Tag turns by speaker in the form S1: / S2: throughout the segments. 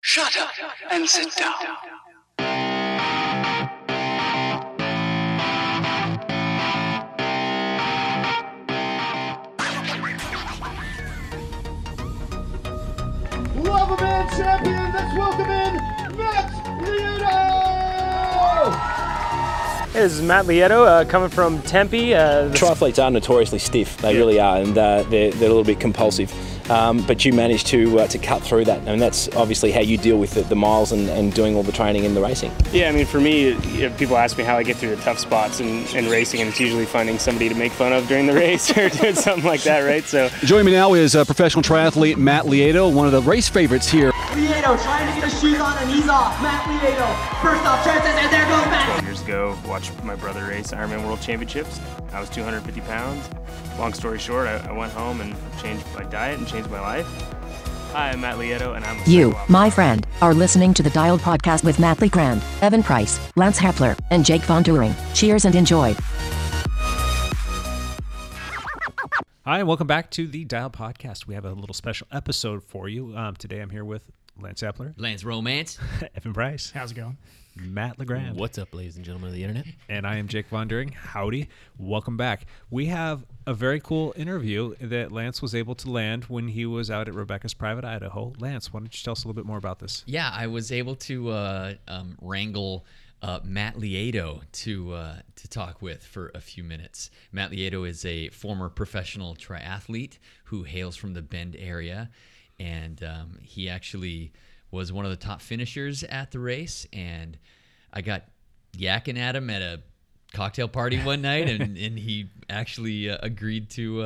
S1: Shut up and sit down.
S2: Love a man champion. Let's welcome in Matt Leoto.
S3: Hey, this is Matt Lieto uh, coming from Tempe. Uh, the-
S4: Triathletes are notoriously stiff. They really are, and uh, they're, they're a little bit compulsive. Um, but you manage to uh, to cut through that, and that's obviously how you deal with the, the miles and, and doing all the training and the racing.
S5: Yeah, I mean, for me, you know, people ask me how I get through the tough spots in, in racing, and it's usually finding somebody to make fun of during the race or doing something like that, right? So
S6: Joining me now is uh, professional triathlete Matt Lieto, one of the race favorites here.
S7: Lieto trying to get his shoes on and he's off. Matt Lieto, first off chances, and there goes Matt.
S5: years ago, watched my brother race Ironman World Championships. I was 250 pounds. Long story short, I, I went home and changed my diet and changed my life. Hi, I'm Matt Lieto, and I'm a
S8: You,
S5: cyclopper.
S8: my friend, are listening to the Dialed Podcast with Matt Lee Grand, Evan Price, Lance Hepler, and Jake Von Turing. Cheers and enjoy.
S9: Hi, and welcome back to the Dial Podcast. We have a little special episode for you. Um, today I'm here with Lance Epler,
S10: Lance Romance.
S9: Evan Price,
S11: How's it going?
S9: Matt LeGrand,
S10: What's up, ladies and gentlemen of the internet?
S9: and I am Jake Von During. Howdy. Welcome back. We have a very cool interview that Lance was able to land when he was out at Rebecca's Private Idaho. Lance, why don't you tell us a little bit more about this?
S10: Yeah, I was able to uh, um, wrangle uh, Matt Lieto to uh, to talk with for a few minutes. Matt Lieto is a former professional triathlete who hails from the Bend area, and um, he actually was one of the top finishers at the race. And I got yakking at him at a cocktail party one night, and, and he actually uh, agreed to uh,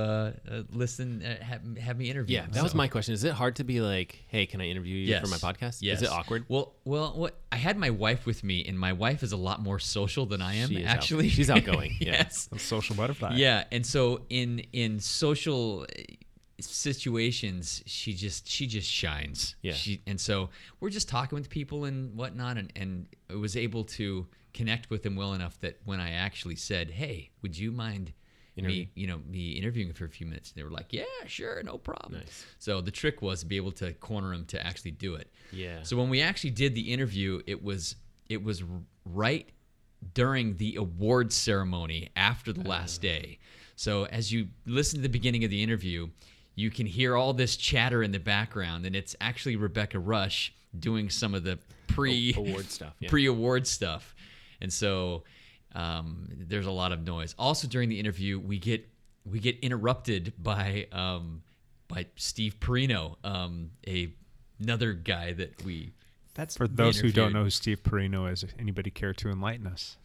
S10: uh, listen, uh, have, have me interview.
S12: Yeah,
S10: him.
S12: that was
S10: So-
S12: my question. Is it hard to be like, hey, can I interview you for my podcast? Is
S10: Yes.
S12: it awkward?
S10: Well, well, what I had my wife with me, and my wife is a lot more social than I am.
S12: She is out-
S10: actually,
S12: she's outgoing, yeah.
S10: yes.
S9: Social butterfly.
S10: Yeah, and so in in social uh, situations, she just she just shines.
S12: Yeah.
S10: She, and so we're just talking with people and whatnot, and and I was able to connect with them well enough that when I actually said, "Hey, would you mind?"
S12: Interview.
S10: Me, you know, me interviewing for a few minutes. They were like, "Yeah, sure, no problem." So the trick was to be able to corner them to actually do it.
S12: Yeah.
S10: So when we actually did the interview, it was it was r- right during the awards ceremony after the last day. So as you listen to the beginning of the interview, you can hear all this chatter in the background, and it's actually Rebecca Rush doing some of the pre
S12: award stuff, yeah.
S10: pre award stuff, and so um, there's a lot of noise. Also during the interview, we get we get interrupted by um, by Steve Perino, um, a another guy that we
S9: That's for those who don't
S10: interviewed.
S9: know who Steve Perino is. If Anybody care to enlighten us?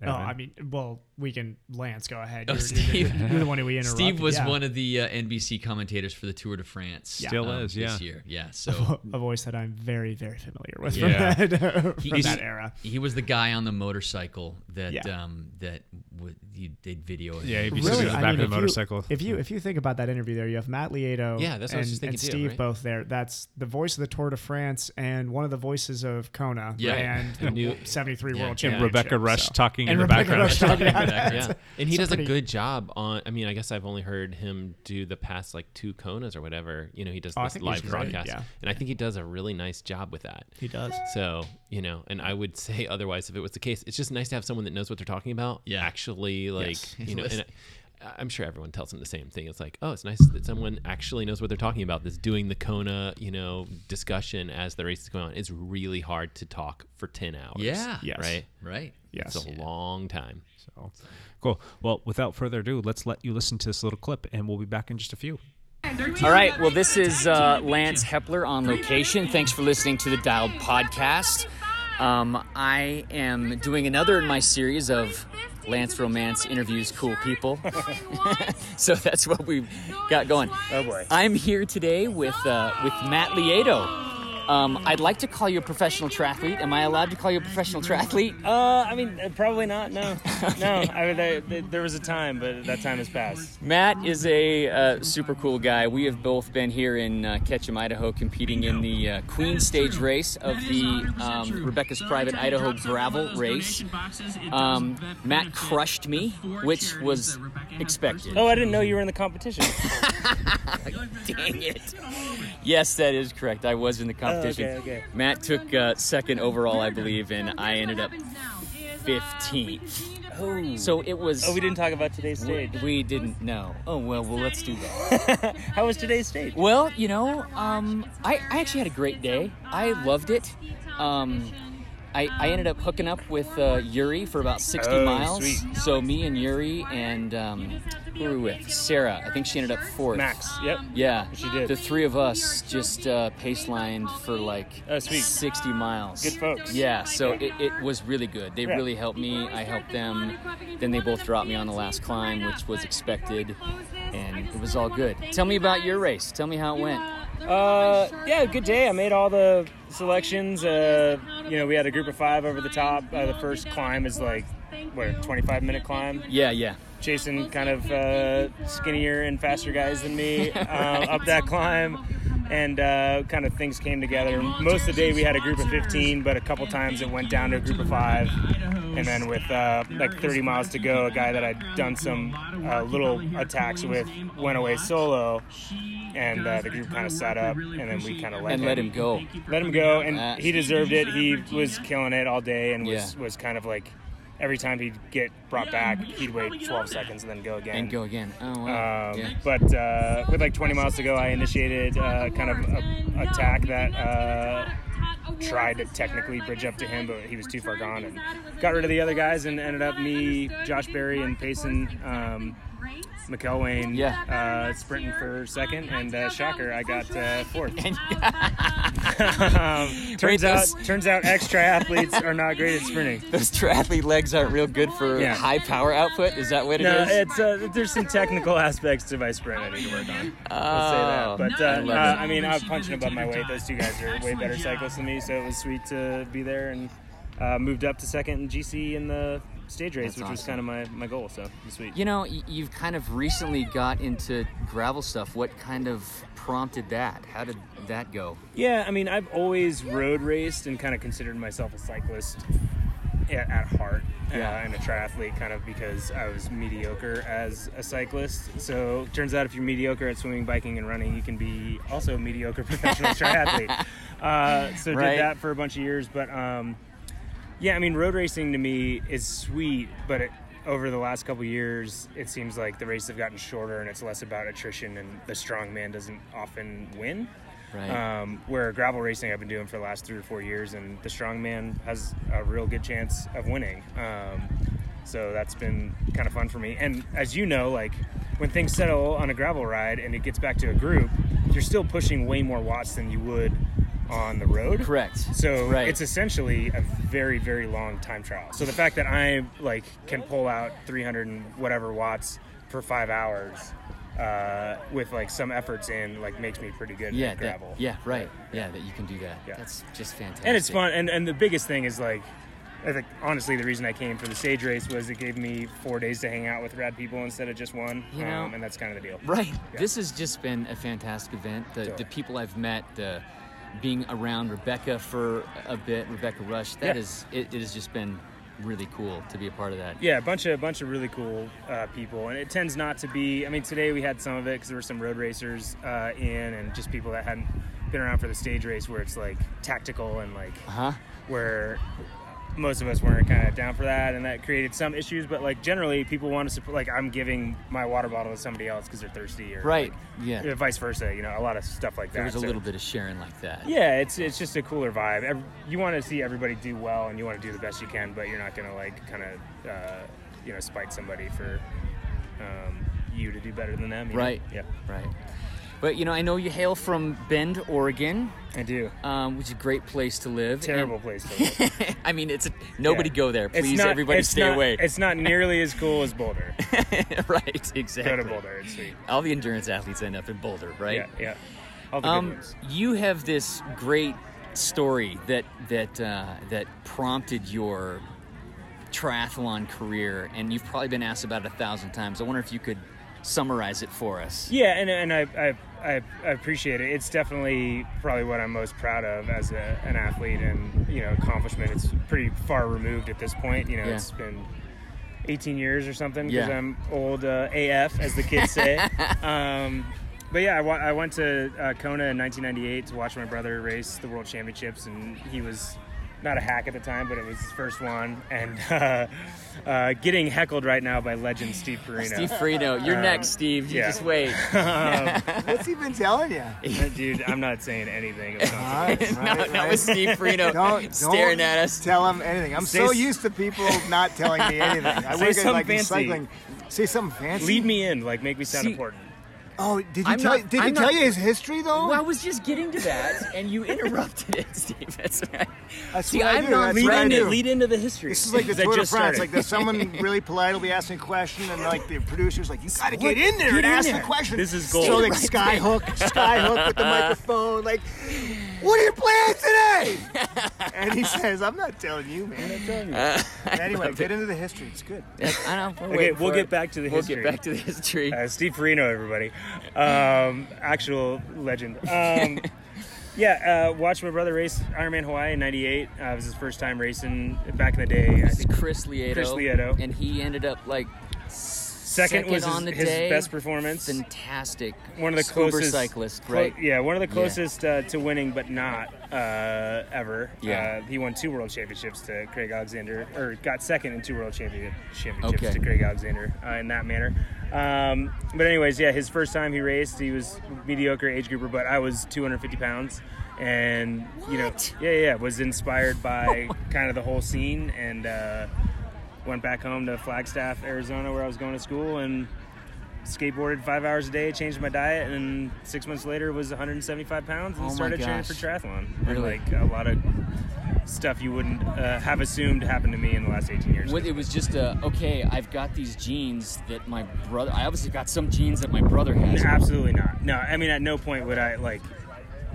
S11: No,
S9: Evan?
S11: I mean, well, we can Lance go ahead.
S10: Oh,
S11: You're, you're,
S10: Steve.
S11: the, you're the one who we interrupted.
S10: Steve was
S11: yeah.
S10: one of the uh, NBC commentators for the Tour de France. um,
S9: Still is, yeah.
S10: This year, yeah. So
S11: a voice that I'm very, very familiar with
S9: Yeah.
S11: from that, uh, from
S10: he's-
S11: that era.
S10: he was the guy on the motorcycle that
S11: Yeah.
S10: um, that w- you- they'd video. of
S9: Yeah,
S10: him.
S9: if you sit in the
S11: I
S9: back
S11: mean, if
S9: of a
S11: you-
S9: motorcycle.
S11: if you if you think about that interview there, you have Matt Lieto,
S12: Yeah, that's what I
S11: and,
S12: was just
S11: and
S12: thinking too,
S11: Steve
S12: right?
S11: both there. That's the voice of the Tour de France and one of the voices of Kona
S10: Yeah.
S11: and the
S12: New-
S11: seventy three
S10: Yeah.
S11: World
S10: And
S11: Championship.
S9: Rebecca Rush
S11: so.
S9: talking
S11: and
S9: in the
S11: Rebecca
S9: background.
S11: Rush talking in the
S12: yeah.
S11: background.
S12: And
S11: It's
S12: he
S11: a
S12: does
S11: pretty-
S12: a good job on. I mean, I guess I've only heard him do the past like two Konas or whatever. You know, he does
S11: Oh, I
S12: this
S11: think he's
S12: live
S11: great,
S12: broadcast,
S11: yeah.
S12: and I think he does a really nice job with that.
S11: He does.
S12: So you know, and I would say otherwise if it was the case, it's just nice to have someone that knows what they're talking about.
S10: Yeah.
S12: Actually, like
S10: Yes.
S12: you know, and
S10: Listen.
S12: I, I'm sure everyone tells them the same thing. It's like, oh, it's nice that someone actually knows what they're talking about. That's doing the Kona, you know, discussion as the race is going on. It's really hard to talk for ten hours.
S10: Yeah.
S11: Yes.
S12: Right.
S10: Right.
S11: Yes.
S12: It's a long time.
S9: So, cool. Well, without further ado, let's let you listen to this little clip, and we'll be back in just a few.
S7: All right, well, this is uh, Lance Hepler on location. Thanks for listening to the Dialed Podcast. Um, I am doing another in my series of Lance Romance interviews cool people. so that's what we've got going. Oh, boy. I'm here today with, uh, with Matt Lieto. Um, I'd like to call you a professional triathlete. Am I allowed to call you a professional triathlete?
S5: Uh, I mean, uh, probably not. No, no. I mean, I, th there was a time, but that time has passed.
S7: Matt is a uh, super cool guy. We have both been here in uh, Ketchum, Idaho, competing in the uh, Queen Stage race of the um, Rebecca's Private Idaho Gravel race. Um, Matt crushed me, which was expected.
S5: Oh, I didn't know you were in the competition. Oh,
S7: Dang it. Yes, that is correct. I was in the competition.
S13: okay, okay.
S7: Matt took uh, second overall, I believe, and I ended up 15th.
S13: Oh.
S7: So it was.
S13: Oh, we didn't talk about today's
S7: We-
S13: stage.
S7: We didn't know. Oh well, well let's do that.
S13: How was today's stage?
S7: well, you know, um, I, I actually had a great day. I loved it. Um, I, I ended up hooking up with uh, Yuri for about 60
S13: Oh,
S7: miles.
S13: sweet.
S7: So me and Yuri and um, who were we with? Sarah. I think she ended up fourth.
S13: Max, yep.
S7: Yeah.
S13: She did.
S7: The three of us just uh, pace lined for like
S13: Oh, sweet.
S7: 60 miles.
S13: Good folks.
S7: Yeah. So it, it was really good. They
S13: Yeah.
S7: really helped me. I helped them. Then they both dropped me on the last climb, which was expected. And it was all good. Tell me about your race. Tell me how it went.
S13: Uh, yeah, good day. I made all the selections. Uh, you know, we had a group of five over the top. Uh, the first climb is like, what, a 25 minute climb?
S7: Yeah, yeah.
S13: Chasing kind of uh, skinnier and faster guys than me uh,
S7: Right.
S13: up that climb. And uh, kind of things came together. Most of the day we had a group of 15, but a couple times it went down to a group of five. And then with uh, like 30 miles to go, a guy that I'd done some uh, little attacks with went away solo, and uh, the group kind of sat up, and then we kind of let
S7: And
S13: him,
S7: let him go.
S13: Let him go, and
S7: Ah.
S13: he deserved it. He was killing it all day, and was
S7: Yeah.
S13: was kind of like every time he'd get brought back, he'd wait 12 seconds and then go again.
S7: And go again. Oh,
S13: Um,
S7: wow. Yeah.
S13: But uh, with like 20 miles to go, I initiated uh, kind of a attack that uh, tried to technically bridge up to him, but he was too far gone and got rid of the other guys and ended up me, Josh Berry, and Payson. Um, McElwain uh, sprinting for second, and uh, shocker, I got uh, fourth. um, turns out,
S7: those-
S13: turns out, ex triathletes are not great at sprinting.
S7: Those triathlete legs aren't real good for
S13: Yeah.
S7: high power output. Is that what it
S13: no,
S7: is?
S13: it's uh, there's some technical aspects to my sprint I need to work on.
S7: Oh.
S13: I'll say that. But uh,
S7: I
S13: I,
S7: love
S13: uh,
S7: it.
S13: I mean, I'm punching above my weight. Those two guys are way better cyclists than me, so it was sweet to be there and uh, moved up to second in GC in the stage race,
S7: That's
S13: which was
S7: awesome.
S13: kind of my, my goal. So it was sweet.
S7: You know, y- you've kind of recently got into gravel stuff. What kind of prompted that? How did that go?
S13: Yeah, I mean, I've always road raced and kind of considered myself a cyclist at, at heart
S7: Yeah.
S13: uh, and a triathlete kind of because I was mediocre as a cyclist. So, turns out if you're mediocre at swimming, biking, and running, you can be also a mediocre professional triathlete. Uh, so,
S7: Right.
S13: did that for a bunch of years, but um, yeah, I mean, road racing to me is sweet, but it, over the last couple years, it seems like the races have gotten shorter and it's less about attrition, and the strong man doesn't often win.
S7: Right.
S13: Um, where gravel racing I've been doing for the last three or four years, and the strongman has a real good chance of winning. Um, so that's been kind of fun for me. And as you know, like when things settle on a gravel ride and it gets back to a group, you're still pushing way more watts than you would on the road.
S7: Correct.
S13: So
S7: Right.
S13: it's essentially a very very long time trial. So the fact that I like can pull out 300 and whatever watts for five hours uh, with like some efforts in like makes me pretty good
S7: yeah,
S13: at
S7: that-
S13: gravel.
S7: yeah, right. Yeah, that you can do that. That's just fantastic.
S13: And it's fun. And, and the biggest thing is like, I think honestly, the reason I came for the stage race was it gave me four days to hang out with rad people instead of just one.
S7: You know-
S13: um, and that's kind of the deal.
S7: Right. This has just been a fantastic event. The, the
S13: Totally.
S7: people I've met, the being around Rebecca for a bit, Rebecca Rush, that
S13: Yeah.
S7: is it, it has just been really cool to be a part of that.
S13: Yeah, a bunch of a bunch of really cool uh, people, and it tends not to be. I mean, today we had some of it because there were some road racers uh, in, and just people that hadn't been around for the stage race, where it's like tactical and like
S7: Uh-huh.
S13: where most of us weren't kind of down for that, and that created some issues. But like generally, people want to support. Like I'm giving my water bottle to somebody else because they're thirsty, or
S7: Right.
S13: like,
S7: Yeah.
S13: vice versa. You know, a lot of stuff like that.
S7: There was a
S13: So-
S7: little bit of sharing like that.
S13: yeah, it's it's just a cooler vibe. Ev- You want to see everybody do well, and you want to do the best you can, but you're not gonna like kind of uh, you know spite somebody for um, you to do better than them. you know?
S7: Right.
S13: Yeah.
S7: Right. But you know, I know you hail from Bend, Oregon.
S13: I do.
S7: Um, which is a great place to live.
S13: Terrible place to live.
S7: I mean, it's a, nobody
S13: Yeah.
S7: go there,
S13: It's
S7: please.
S13: not-
S7: everybody
S13: it's
S7: stay
S13: not-
S7: away.
S13: It's not nearly as cool as Boulder.
S7: right. Exactly.
S13: Boulder, it's sweet.
S7: All the endurance athletes end up in Boulder, right?
S13: Yeah. yeah. All the good
S7: um,
S13: ones.
S7: you have this great story that that uh, that prompted your triathlon career, and you've probably been asked about it a thousand times. I wonder if you could summarize it for us.
S13: Yeah, and, and I, I, I, I appreciate it. It's definitely probably what I'm most proud of as a, an athlete and, you know, accomplishment. It's pretty far removed at this point. You know,
S7: Yeah.
S13: it's been 18 years or something because
S7: Yeah.
S13: I'm old uh, AF, as the kids say. um, but yeah, I wa- I went to uh, Kona in 1998 to watch my brother race the World Championships, and he was not a hack at the time, but it was his first one, and uh, uh, getting heckled right now by legend Steve Farino.
S7: Steve Farino,
S13: Uh,
S7: you're next, Steve. You just wait.
S13: Um, What's
S14: he been telling you?
S13: Uh, Dude, I'm not saying anything. about that.
S7: Not- not with Steve Frito staring at
S14: us. Tell him anything. I'm
S13: Say
S14: so
S13: s-
S14: used to people not telling me anything. I
S13: Say
S14: work at
S13: something
S14: like
S13: fancy.
S14: recycling. Say something fancy.
S13: Lead me in, like make me sound
S14: See-
S13: important.
S14: Oh, did you
S7: I'm
S14: tell?
S7: not-
S14: did he
S7: I'm
S14: tell
S7: not-
S14: you his history though?
S7: Well, I was just getting to that, and you interrupted it, Steve. That's right.
S14: That's
S7: See,
S14: what I
S7: I'm
S14: do.
S7: not
S14: That's what I
S7: leading it.
S14: do.
S7: Lead into the history.
S14: This is like the
S7: That
S14: Tour de France.
S7: just started.
S14: Like there's someone really polite will be asking a question, and like the producer's like, "You gotta
S7: What?
S14: get in there
S7: Get
S14: and
S7: in
S14: ask
S7: there."
S14: the question."
S7: This is gold.
S14: So like
S7: Right
S14: sky
S7: there.
S14: hook, sky hook with the microphone. Like, what are your plans today? and he says, "I'm not telling you, man. I'm telling you."
S7: Uh, I
S14: anyway,
S7: love
S14: get
S7: it.
S14: into the history. It's good.
S7: I know. We're
S13: okay,
S7: waiting
S13: we'll
S7: for
S13: get
S7: it.
S13: back to the
S7: We'll
S13: history.
S7: get back to the history.
S13: Uh, Steve Farino, everybody, um, actual legend. Um, yeah, uh, watched my brother race Ironman Hawaii in '98. Uh, it was his first time racing back in the day. I
S7: This is
S13: think
S7: Chris Lieto.
S13: Chris Lieto.
S7: And he ended up like second,
S13: Second was his-
S7: on the
S13: his
S7: day.
S13: best performance.
S7: Fantastic.
S13: one of the
S7: Scuba
S13: closest
S7: cyclist,
S13: clo-
S7: right?
S13: yeah, one of the
S7: Yeah.
S13: closest uh, to winning, but not uh, ever.
S7: Yeah.
S13: uh, he won two world championships to Craig Alexander, or got second in two world champion- championships
S7: Okay.
S13: to Craig Alexander uh, in that manner. Um, but anyways, yeah, his first time he raced, he was mediocre age grouper, but I was 250 pounds. And you know, yeah, yeah, was inspired by kind of the whole scene, and uh, went back home to Flagstaff, Arizona, where I was going to school, and skateboarded five hours a day, changed my diet, and six months later was 175 pounds and
S7: Oh my
S13: started training
S7: gosh.
S13: for triathlon.
S7: Really?
S13: And like a lot of stuff you wouldn't uh, have assumed happened to me in the last 18 years.
S7: What, it was just a okay. I've got these genes that my brother. I obviously got some genes that my brother has.
S13: Absolutely not. No, I mean at no point would I like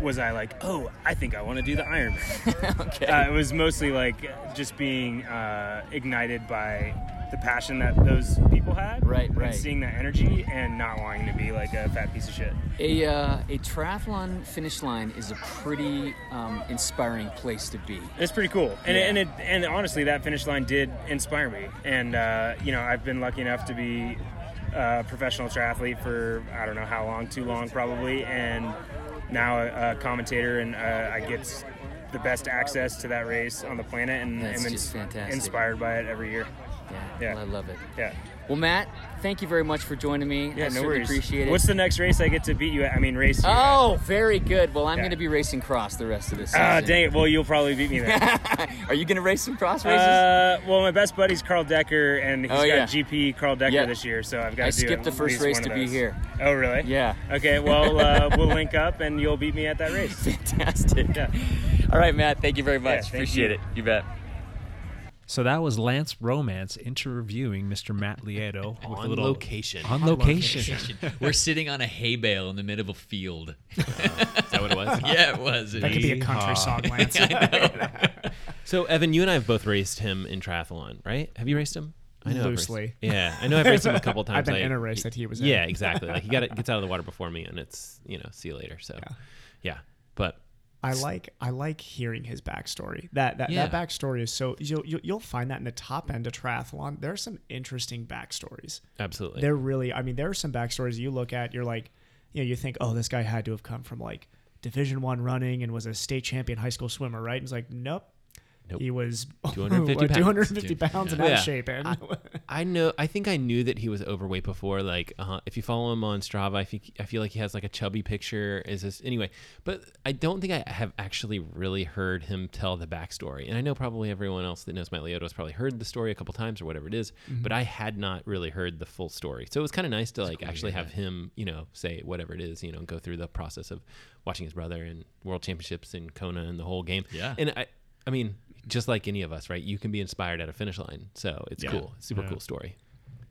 S13: was I like, oh, I think I want to do the Ironman. okay. Uh, it was mostly like just being uh, ignited by the passion that those people had,
S7: Right,
S13: and
S7: right.
S13: Seeing that energy and not wanting to be like a fat piece of shit.
S7: A uh, a triathlon finish line is a pretty um, inspiring place to be.
S13: It's pretty cool, and
S7: Yeah.
S13: and it, and honestly, that finish line did inspire me. And uh, you know, I've been lucky enough to be uh, a professional triathlete for I don't know how long, too long probably, and now a, a commentator, and uh, I get the best access to that race on the planet, and
S7: That's
S13: am
S7: just fantastic.
S13: inspired by it every year.
S7: Yeah,
S13: yeah.
S7: I love it.
S13: Yeah.
S7: Well, Matt, thank you very much for joining me. I
S13: Yeah, no
S7: certainly
S13: worries.
S7: appreciate it.
S13: What's the next race I get to beat you at? I mean, race. you at?
S7: Oh, very good. Well, I'm
S13: Yeah.
S7: going to be racing cross the rest of this season.
S13: Ah, dang it. Well, you'll probably beat me there.
S7: Are you going to race some cross races?
S13: Uh, well, my best buddy's Carl Decker, and he's
S7: Oh,
S13: got
S7: yeah.
S13: GP Carl Decker
S7: Yeah.
S13: this year, so I've got
S7: I
S13: to do
S7: skipped
S13: at
S7: the first
S13: least
S7: race
S13: one
S7: to
S13: of
S7: be
S13: those.
S7: here.
S13: Oh, really?
S7: Yeah.
S13: Okay, well, uh, we'll link up, and you'll beat me at that race.
S7: Fantastic. All right, Matt. Thank you very much.
S13: thank
S7: Appreciate
S13: you.
S7: it. You bet.
S9: So that was Lance Romance interviewing Mr. Matt Lieto with a
S12: On
S9: little-
S12: location.
S9: On location.
S10: We're sitting on a hay bale in the middle of a field.
S12: Is that what it was?
S10: yeah, it was.
S11: That could be a country song, Lance.
S12: So Evan, you and I have both raced him in triathlon, right? Have you raced him? I know I've raced-
S11: Loosely.
S12: yeah, I know I've raced him a couple
S11: I've
S12: times.
S11: been
S12: I-
S11: in a race that he was in.
S12: Yeah, exactly. Like he got gets out of the water before me, and it's you know see you later. So yeah, but
S11: I like I like hearing his backstory. That that,
S12: Yeah.
S11: that backstory is so you'll, you'll you'll find that in the top end of triathlon. There are some interesting backstories.
S12: Absolutely.
S11: They're really I mean there are some backstories you look at. You're like, you know, you think, oh, this guy had to have come from like Division One running and was a state champion high school swimmer, right? And it's like, nope.
S12: Nope.
S11: He was
S12: 250 pounds.
S11: 250 pounds and out
S12: Yeah.
S11: of shape. And
S12: I know. I think I knew that he was overweight before. Like, uh, if you follow him on Strava, I think I feel like he has like a chubby picture. Is this anyway? But I don't think I have actually really heard him tell the backstory. And I know probably everyone else that knows Matt Liotta has probably heard the story a couple times or whatever it is,
S10: Mm-hmm.
S5: Mhm.
S12: But I had not really heard the full story. So it was kind of nice to like actually have him, you know, say whatever it is, you know, go through the process of watching his brother and World Championships and Kona and the whole game.
S10: Yeah.
S12: And I, I mean, just like any of us, right? You can be inspired at a finish line. So it's
S9: Yeah.
S12: cool. Super
S9: Yeah.
S12: cool story.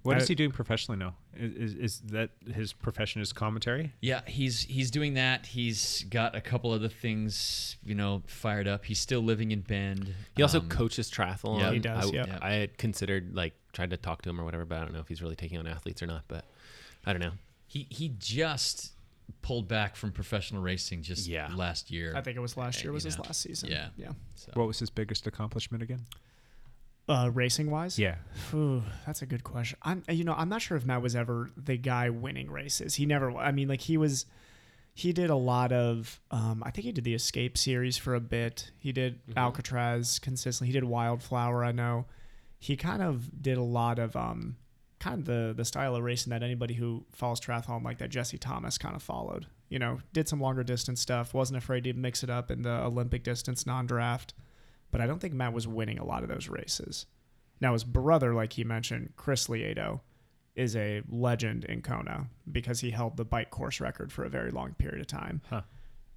S9: What
S10: I-
S9: is he doing professionally now? Is, is, is that his profession is commentary?
S10: Yeah, he's he's doing that. He's got a couple other things, you know, fired up. He's still living in Bend.
S12: He also
S10: Um,
S12: coaches triathlon.
S10: yeah. He
S12: I,
S10: does,
S11: yeah.
S12: I had considered like tried to talk to him or whatever, but I don't know if he's really taking on athletes or not. But I don't know.
S10: He he just pulled back from professional racing just
S12: Yeah.
S10: last year.
S11: I think it was last year
S10: you
S11: was his
S10: know,
S11: last season.
S10: Yeah.
S11: Yeah.
S9: What was his biggest accomplishment again?
S11: Uh, racing wise,
S9: Yeah.
S11: Phew, that's a good question. I'm, you know, I'm not sure if Matt was ever the guy winning races. He never. wa- I mean, like he was, he did a lot of. Um, I think he did the Escape series for a bit. He did Alcatraz consistently. He did Wildflower. I know. He kind of did a lot of um, kind of the the style of racing that anybody who follows triathlon like that Jesse Thomas kind of followed. You know, did some longer distance stuff. Wasn't afraid to mix it up in the Olympic distance non-draft but I don't think Matt was winning a lot of those races. Now his brother, like he mentioned, Chris Liedo, is a legend in Kona because he held the bike course record for a very long period of time.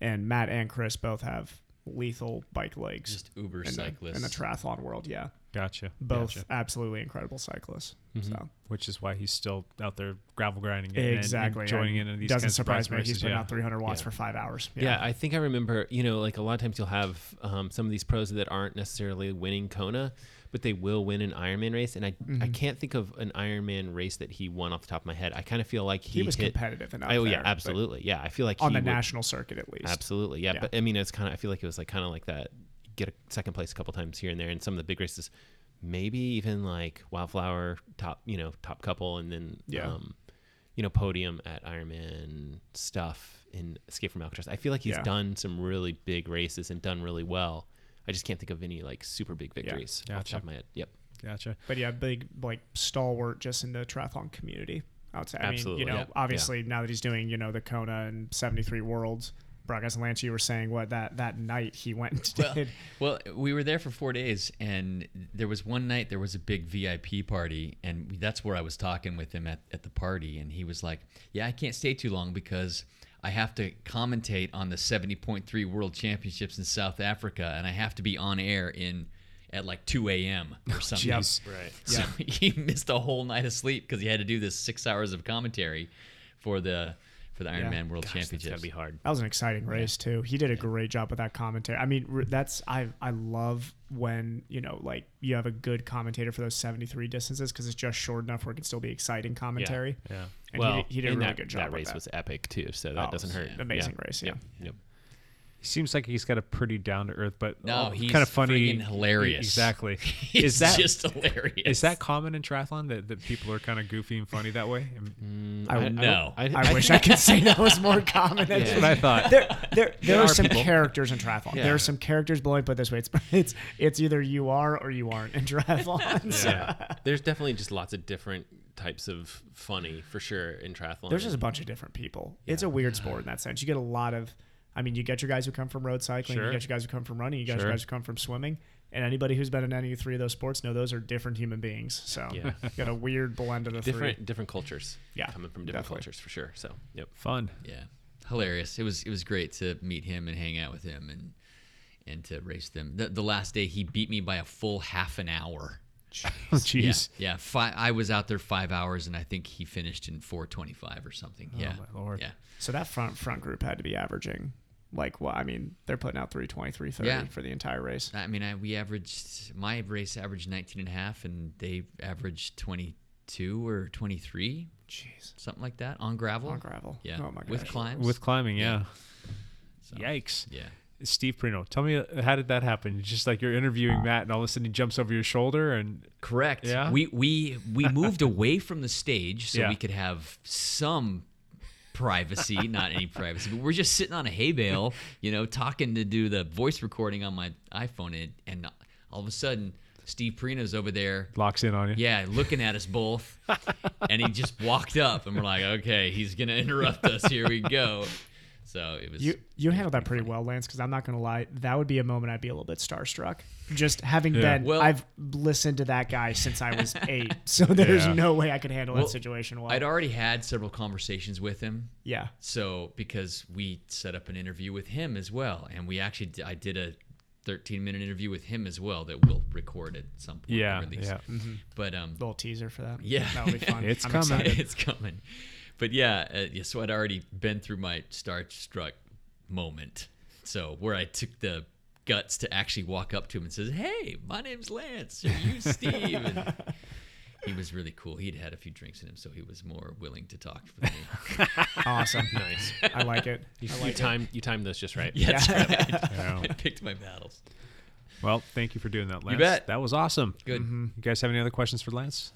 S11: And Matt and Chris both have lethal bike legs.
S10: Just uber
S11: in the- in the
S10: cyclists.
S11: triathlon world. Yeah,
S9: Gotcha.
S11: Both
S9: Gotcha.
S11: absolutely incredible cyclists. So
S9: Which is why he's still out there gravel grinding and-
S11: exactly
S9: and joining
S11: and
S9: into these
S11: Doesn't
S9: kinds
S11: surprise
S9: of
S11: me.
S9: prize races.
S11: He's putting
S9: yeah.
S11: out 300 watts for five hours.
S12: Yeah. I think I remember, you know, like a lot of times you'll have um, some of these pros that aren't necessarily winning Kona, but they will win an Ironman race. And I, I
S11: Mhm.
S12: can't think of an Ironman race that he won off the top of my head. I kind of feel like
S11: He
S12: he,
S11: was
S12: hit-
S11: competitive enough
S12: Oh,
S11: there,
S12: yeah,
S11: but
S12: absolutely. Yeah. I feel like
S11: on
S12: he
S11: the
S12: would-
S11: national circuit at least.
S12: Absolutely. Yeah.
S11: Yeah.
S12: But I mean, it's kind of, I feel like it was like kind of like that get a second place a couple times here and there in some of the big races, maybe even like Wildflower top, you know, top couple and then,
S11: Yeah.
S12: um, you know, podium at Ironman stuff in Escape from Alcatraz. I feel like he's
S11: Yeah.
S12: done some really big races and done really well. I just can't think of any like super big victories off the
S9: Gotcha.
S12: top of my head. Yep.
S9: Gotcha.
S11: But yeah, big like stalwart just in the triathlon community. I would say. I
S12: Absolutely.
S11: mean, you know,
S12: Yeah.
S11: obviously now that he's doing you know the Kona and seventy three worlds. Brock as Lance, you were saying what that that night he went and did.
S10: Well, we were there for four days, and there was one night there was a big VIP party, and we- that's where I was talking with him at, at the party, and he was like, "Yeah, I can't stay too long because I have to commentate on the 70.3 World Championships in South Africa, and I have to be on air in at like 2 a.m.
S11: Oh,
S10: or something."
S9: jeez.
S10: Right. So he missed a whole night of sleep because he had to do this six hours of commentary for the for the Ironman
S11: Yeah.
S10: World
S11: Gosh, that's
S10: Championships.
S12: gotta be hard.
S11: That was an exciting race too. He did a great job with that commentary. I mean, re- that's I I love when you know like you have a good commentator for those seventy three distances because it's just short enough where it can still be exciting commentary.
S12: Yeah.
S11: And
S12: well,
S11: he, did- he did a
S12: and
S11: really
S12: that,
S11: good job.
S12: That
S11: with
S12: race
S11: that.
S12: was epic too, so that
S11: Oh,
S12: doesn't hurt.
S11: Amazing race. Yeah.
S12: Yep.
S9: He seems like he's got a pretty down to earth, but
S10: No,
S9: all
S10: he's
S9: kind of funny,
S10: friggin' hilarious.
S9: Exactly.
S10: He's just hilarious.
S9: Is that common in triathlon that, that people are kind of goofy and funny that way?
S10: Mm-hmm.
S11: I- I don't-
S12: No.
S11: I, wish I could say that was more common.
S9: Yeah. That's what I thought.
S11: There, there,
S9: There
S11: there are
S9: are
S11: some
S9: people.
S11: characters in triathlon.
S9: Yeah.
S11: There are some characters. But let me put it this way: it's it's it's either you are or you aren't in triathlon. So
S12: yeah. There's definitely just lots of different types of funny for sure in triathlon.
S11: There's just a bunch of different people. It's a weird sport in that sense. You get a lot of, I mean, you get your guys who come from road cycling,
S9: Sure.
S11: you get your guys who come from running, you get
S9: Sure.
S11: your guys who come from swimming, and anybody who's been in any of three of those sports know those are different human beings. So
S12: Yeah.
S11: you got a weird blend of the
S12: different
S11: three.
S12: different cultures.
S11: Yeah,
S12: coming from different
S11: definitely.
S12: cultures for sure. So yep,
S9: Fun.
S10: Yeah, hilarious. It was it was great to meet him and hang out with him and and to race them. The, the last day he beat me by a full half an hour.
S9: Oh, jeez.
S10: Yeah, yeah. Five, I was out there five hours, and I think he finished in four twenty five or something. yeah,
S9: my lord.
S10: yeah.
S11: So that front front group had to be averaging, like, well, I mean, they're putting out 320, 330
S10: Yeah.
S11: for the entire race.
S10: I mean, I, we averaged my race averaged 19 and a half, and they averaged 22 or 23.
S11: Jeez,
S10: something like that on gravel.
S11: On gravel.
S10: yeah.
S11: Oh my
S10: with
S11: gosh.
S10: climbs.
S9: With climbing, yeah. Yikes.
S10: Yeah.
S9: Steve Prino, tell me uh, how did that happen? Just like you're interviewing Matt, and all of a sudden he jumps over your shoulder, and
S10: correct.
S9: Yeah,
S10: We we we moved away from the stage so
S9: Yeah.
S10: we could have some privacy, not any privacy, but we're just sitting on a hay bale, you know, talking to do the voice recording on my iPhone and, and all of a sudden Steve Prino's over there
S9: locks in on you.
S10: Yeah, looking at us both. and he just walked up and we're like, "Okay, he's going to interrupt us. Here we go." So, it was
S11: You you handled that pretty well, Lance. Because I'm not gonna lie, that would be a moment I'd be a little bit starstruck. Just having
S10: Yeah.
S11: been,
S10: Well-
S11: I've listened to that guy since I was eight, so there's
S10: Yeah.
S11: no way I could handle
S10: Well,
S11: that situation well.
S10: I'd already had several conversations with him.
S11: Yeah.
S10: So because we set up an interview with him as well, and we actually d- I did a 13 minute interview with him as well that we'll record at some point. and
S9: Yeah,
S10: release.
S9: yeah.
S11: Mhm.
S10: But um,
S11: little teaser for that.
S10: Yeah,
S11: that'll be fun. I'm excited.
S10: it's coming. But yeah, uh, yeah, so I'd already been through my starstruck moment. So where I took the guts to actually walk up to him and says, "Hey, my name's Lance. Are you Steve?" And he was really cool. He'd had a few drinks in him, so he was more willing to talk for me.
S11: Awesome. I like it.
S12: You,
S11: I
S12: you
S11: like it.
S12: timed you timed those just right.
S10: Yeah, that's
S12: Yep.
S10: right. I picked my battles.
S9: Well, thank you for doing that, Lance.
S12: bet.
S9: That was awesome.
S12: Good.
S9: Mhm. You guys have any other questions for Lance?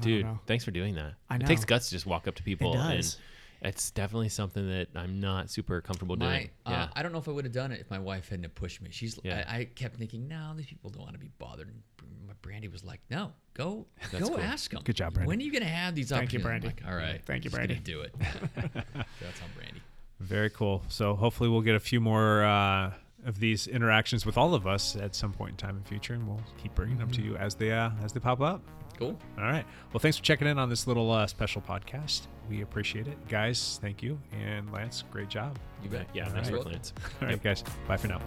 S12: Dude, thanks for doing that.
S9: I
S12: It takes
S9: know.
S12: guts to just walk up to people.
S9: does.
S12: And it's definitely something that I'm not super comfortable
S10: My,
S12: doing.
S10: uh,
S12: yeah.
S10: I don't know if I would have done it if my wife hadn't have pushed me. She's,
S12: Yeah.
S10: I, I kept thinking, no, these people don't want to be bothered. And Br- my Brandy was like, no, go,
S12: That's
S10: go
S12: cool.
S10: ask them.
S12: Good job, Brandy.
S10: When are you going to have these
S11: Thank you,
S10: opportunities? I'm
S11: Brandy.
S10: Like, All right,
S11: Thank you,
S10: just gonna
S11: Brandy.
S10: Do it. That's on Brandy.
S9: Very cool. So hopefully we'll get a few more uh, of these interactions with all of us at some point in time in future, and we'll keep bringing them to you as they uh, as they pop up.
S10: Cool.
S9: All right. Well, thanks for checking in on this little uh, special podcast. We appreciate it, guys. Thank you, and Lance, great job.
S10: You bet.
S12: Yeah,
S9: All
S12: thanks for
S9: right.
S12: Lance.
S9: All right, guys. Bye for now.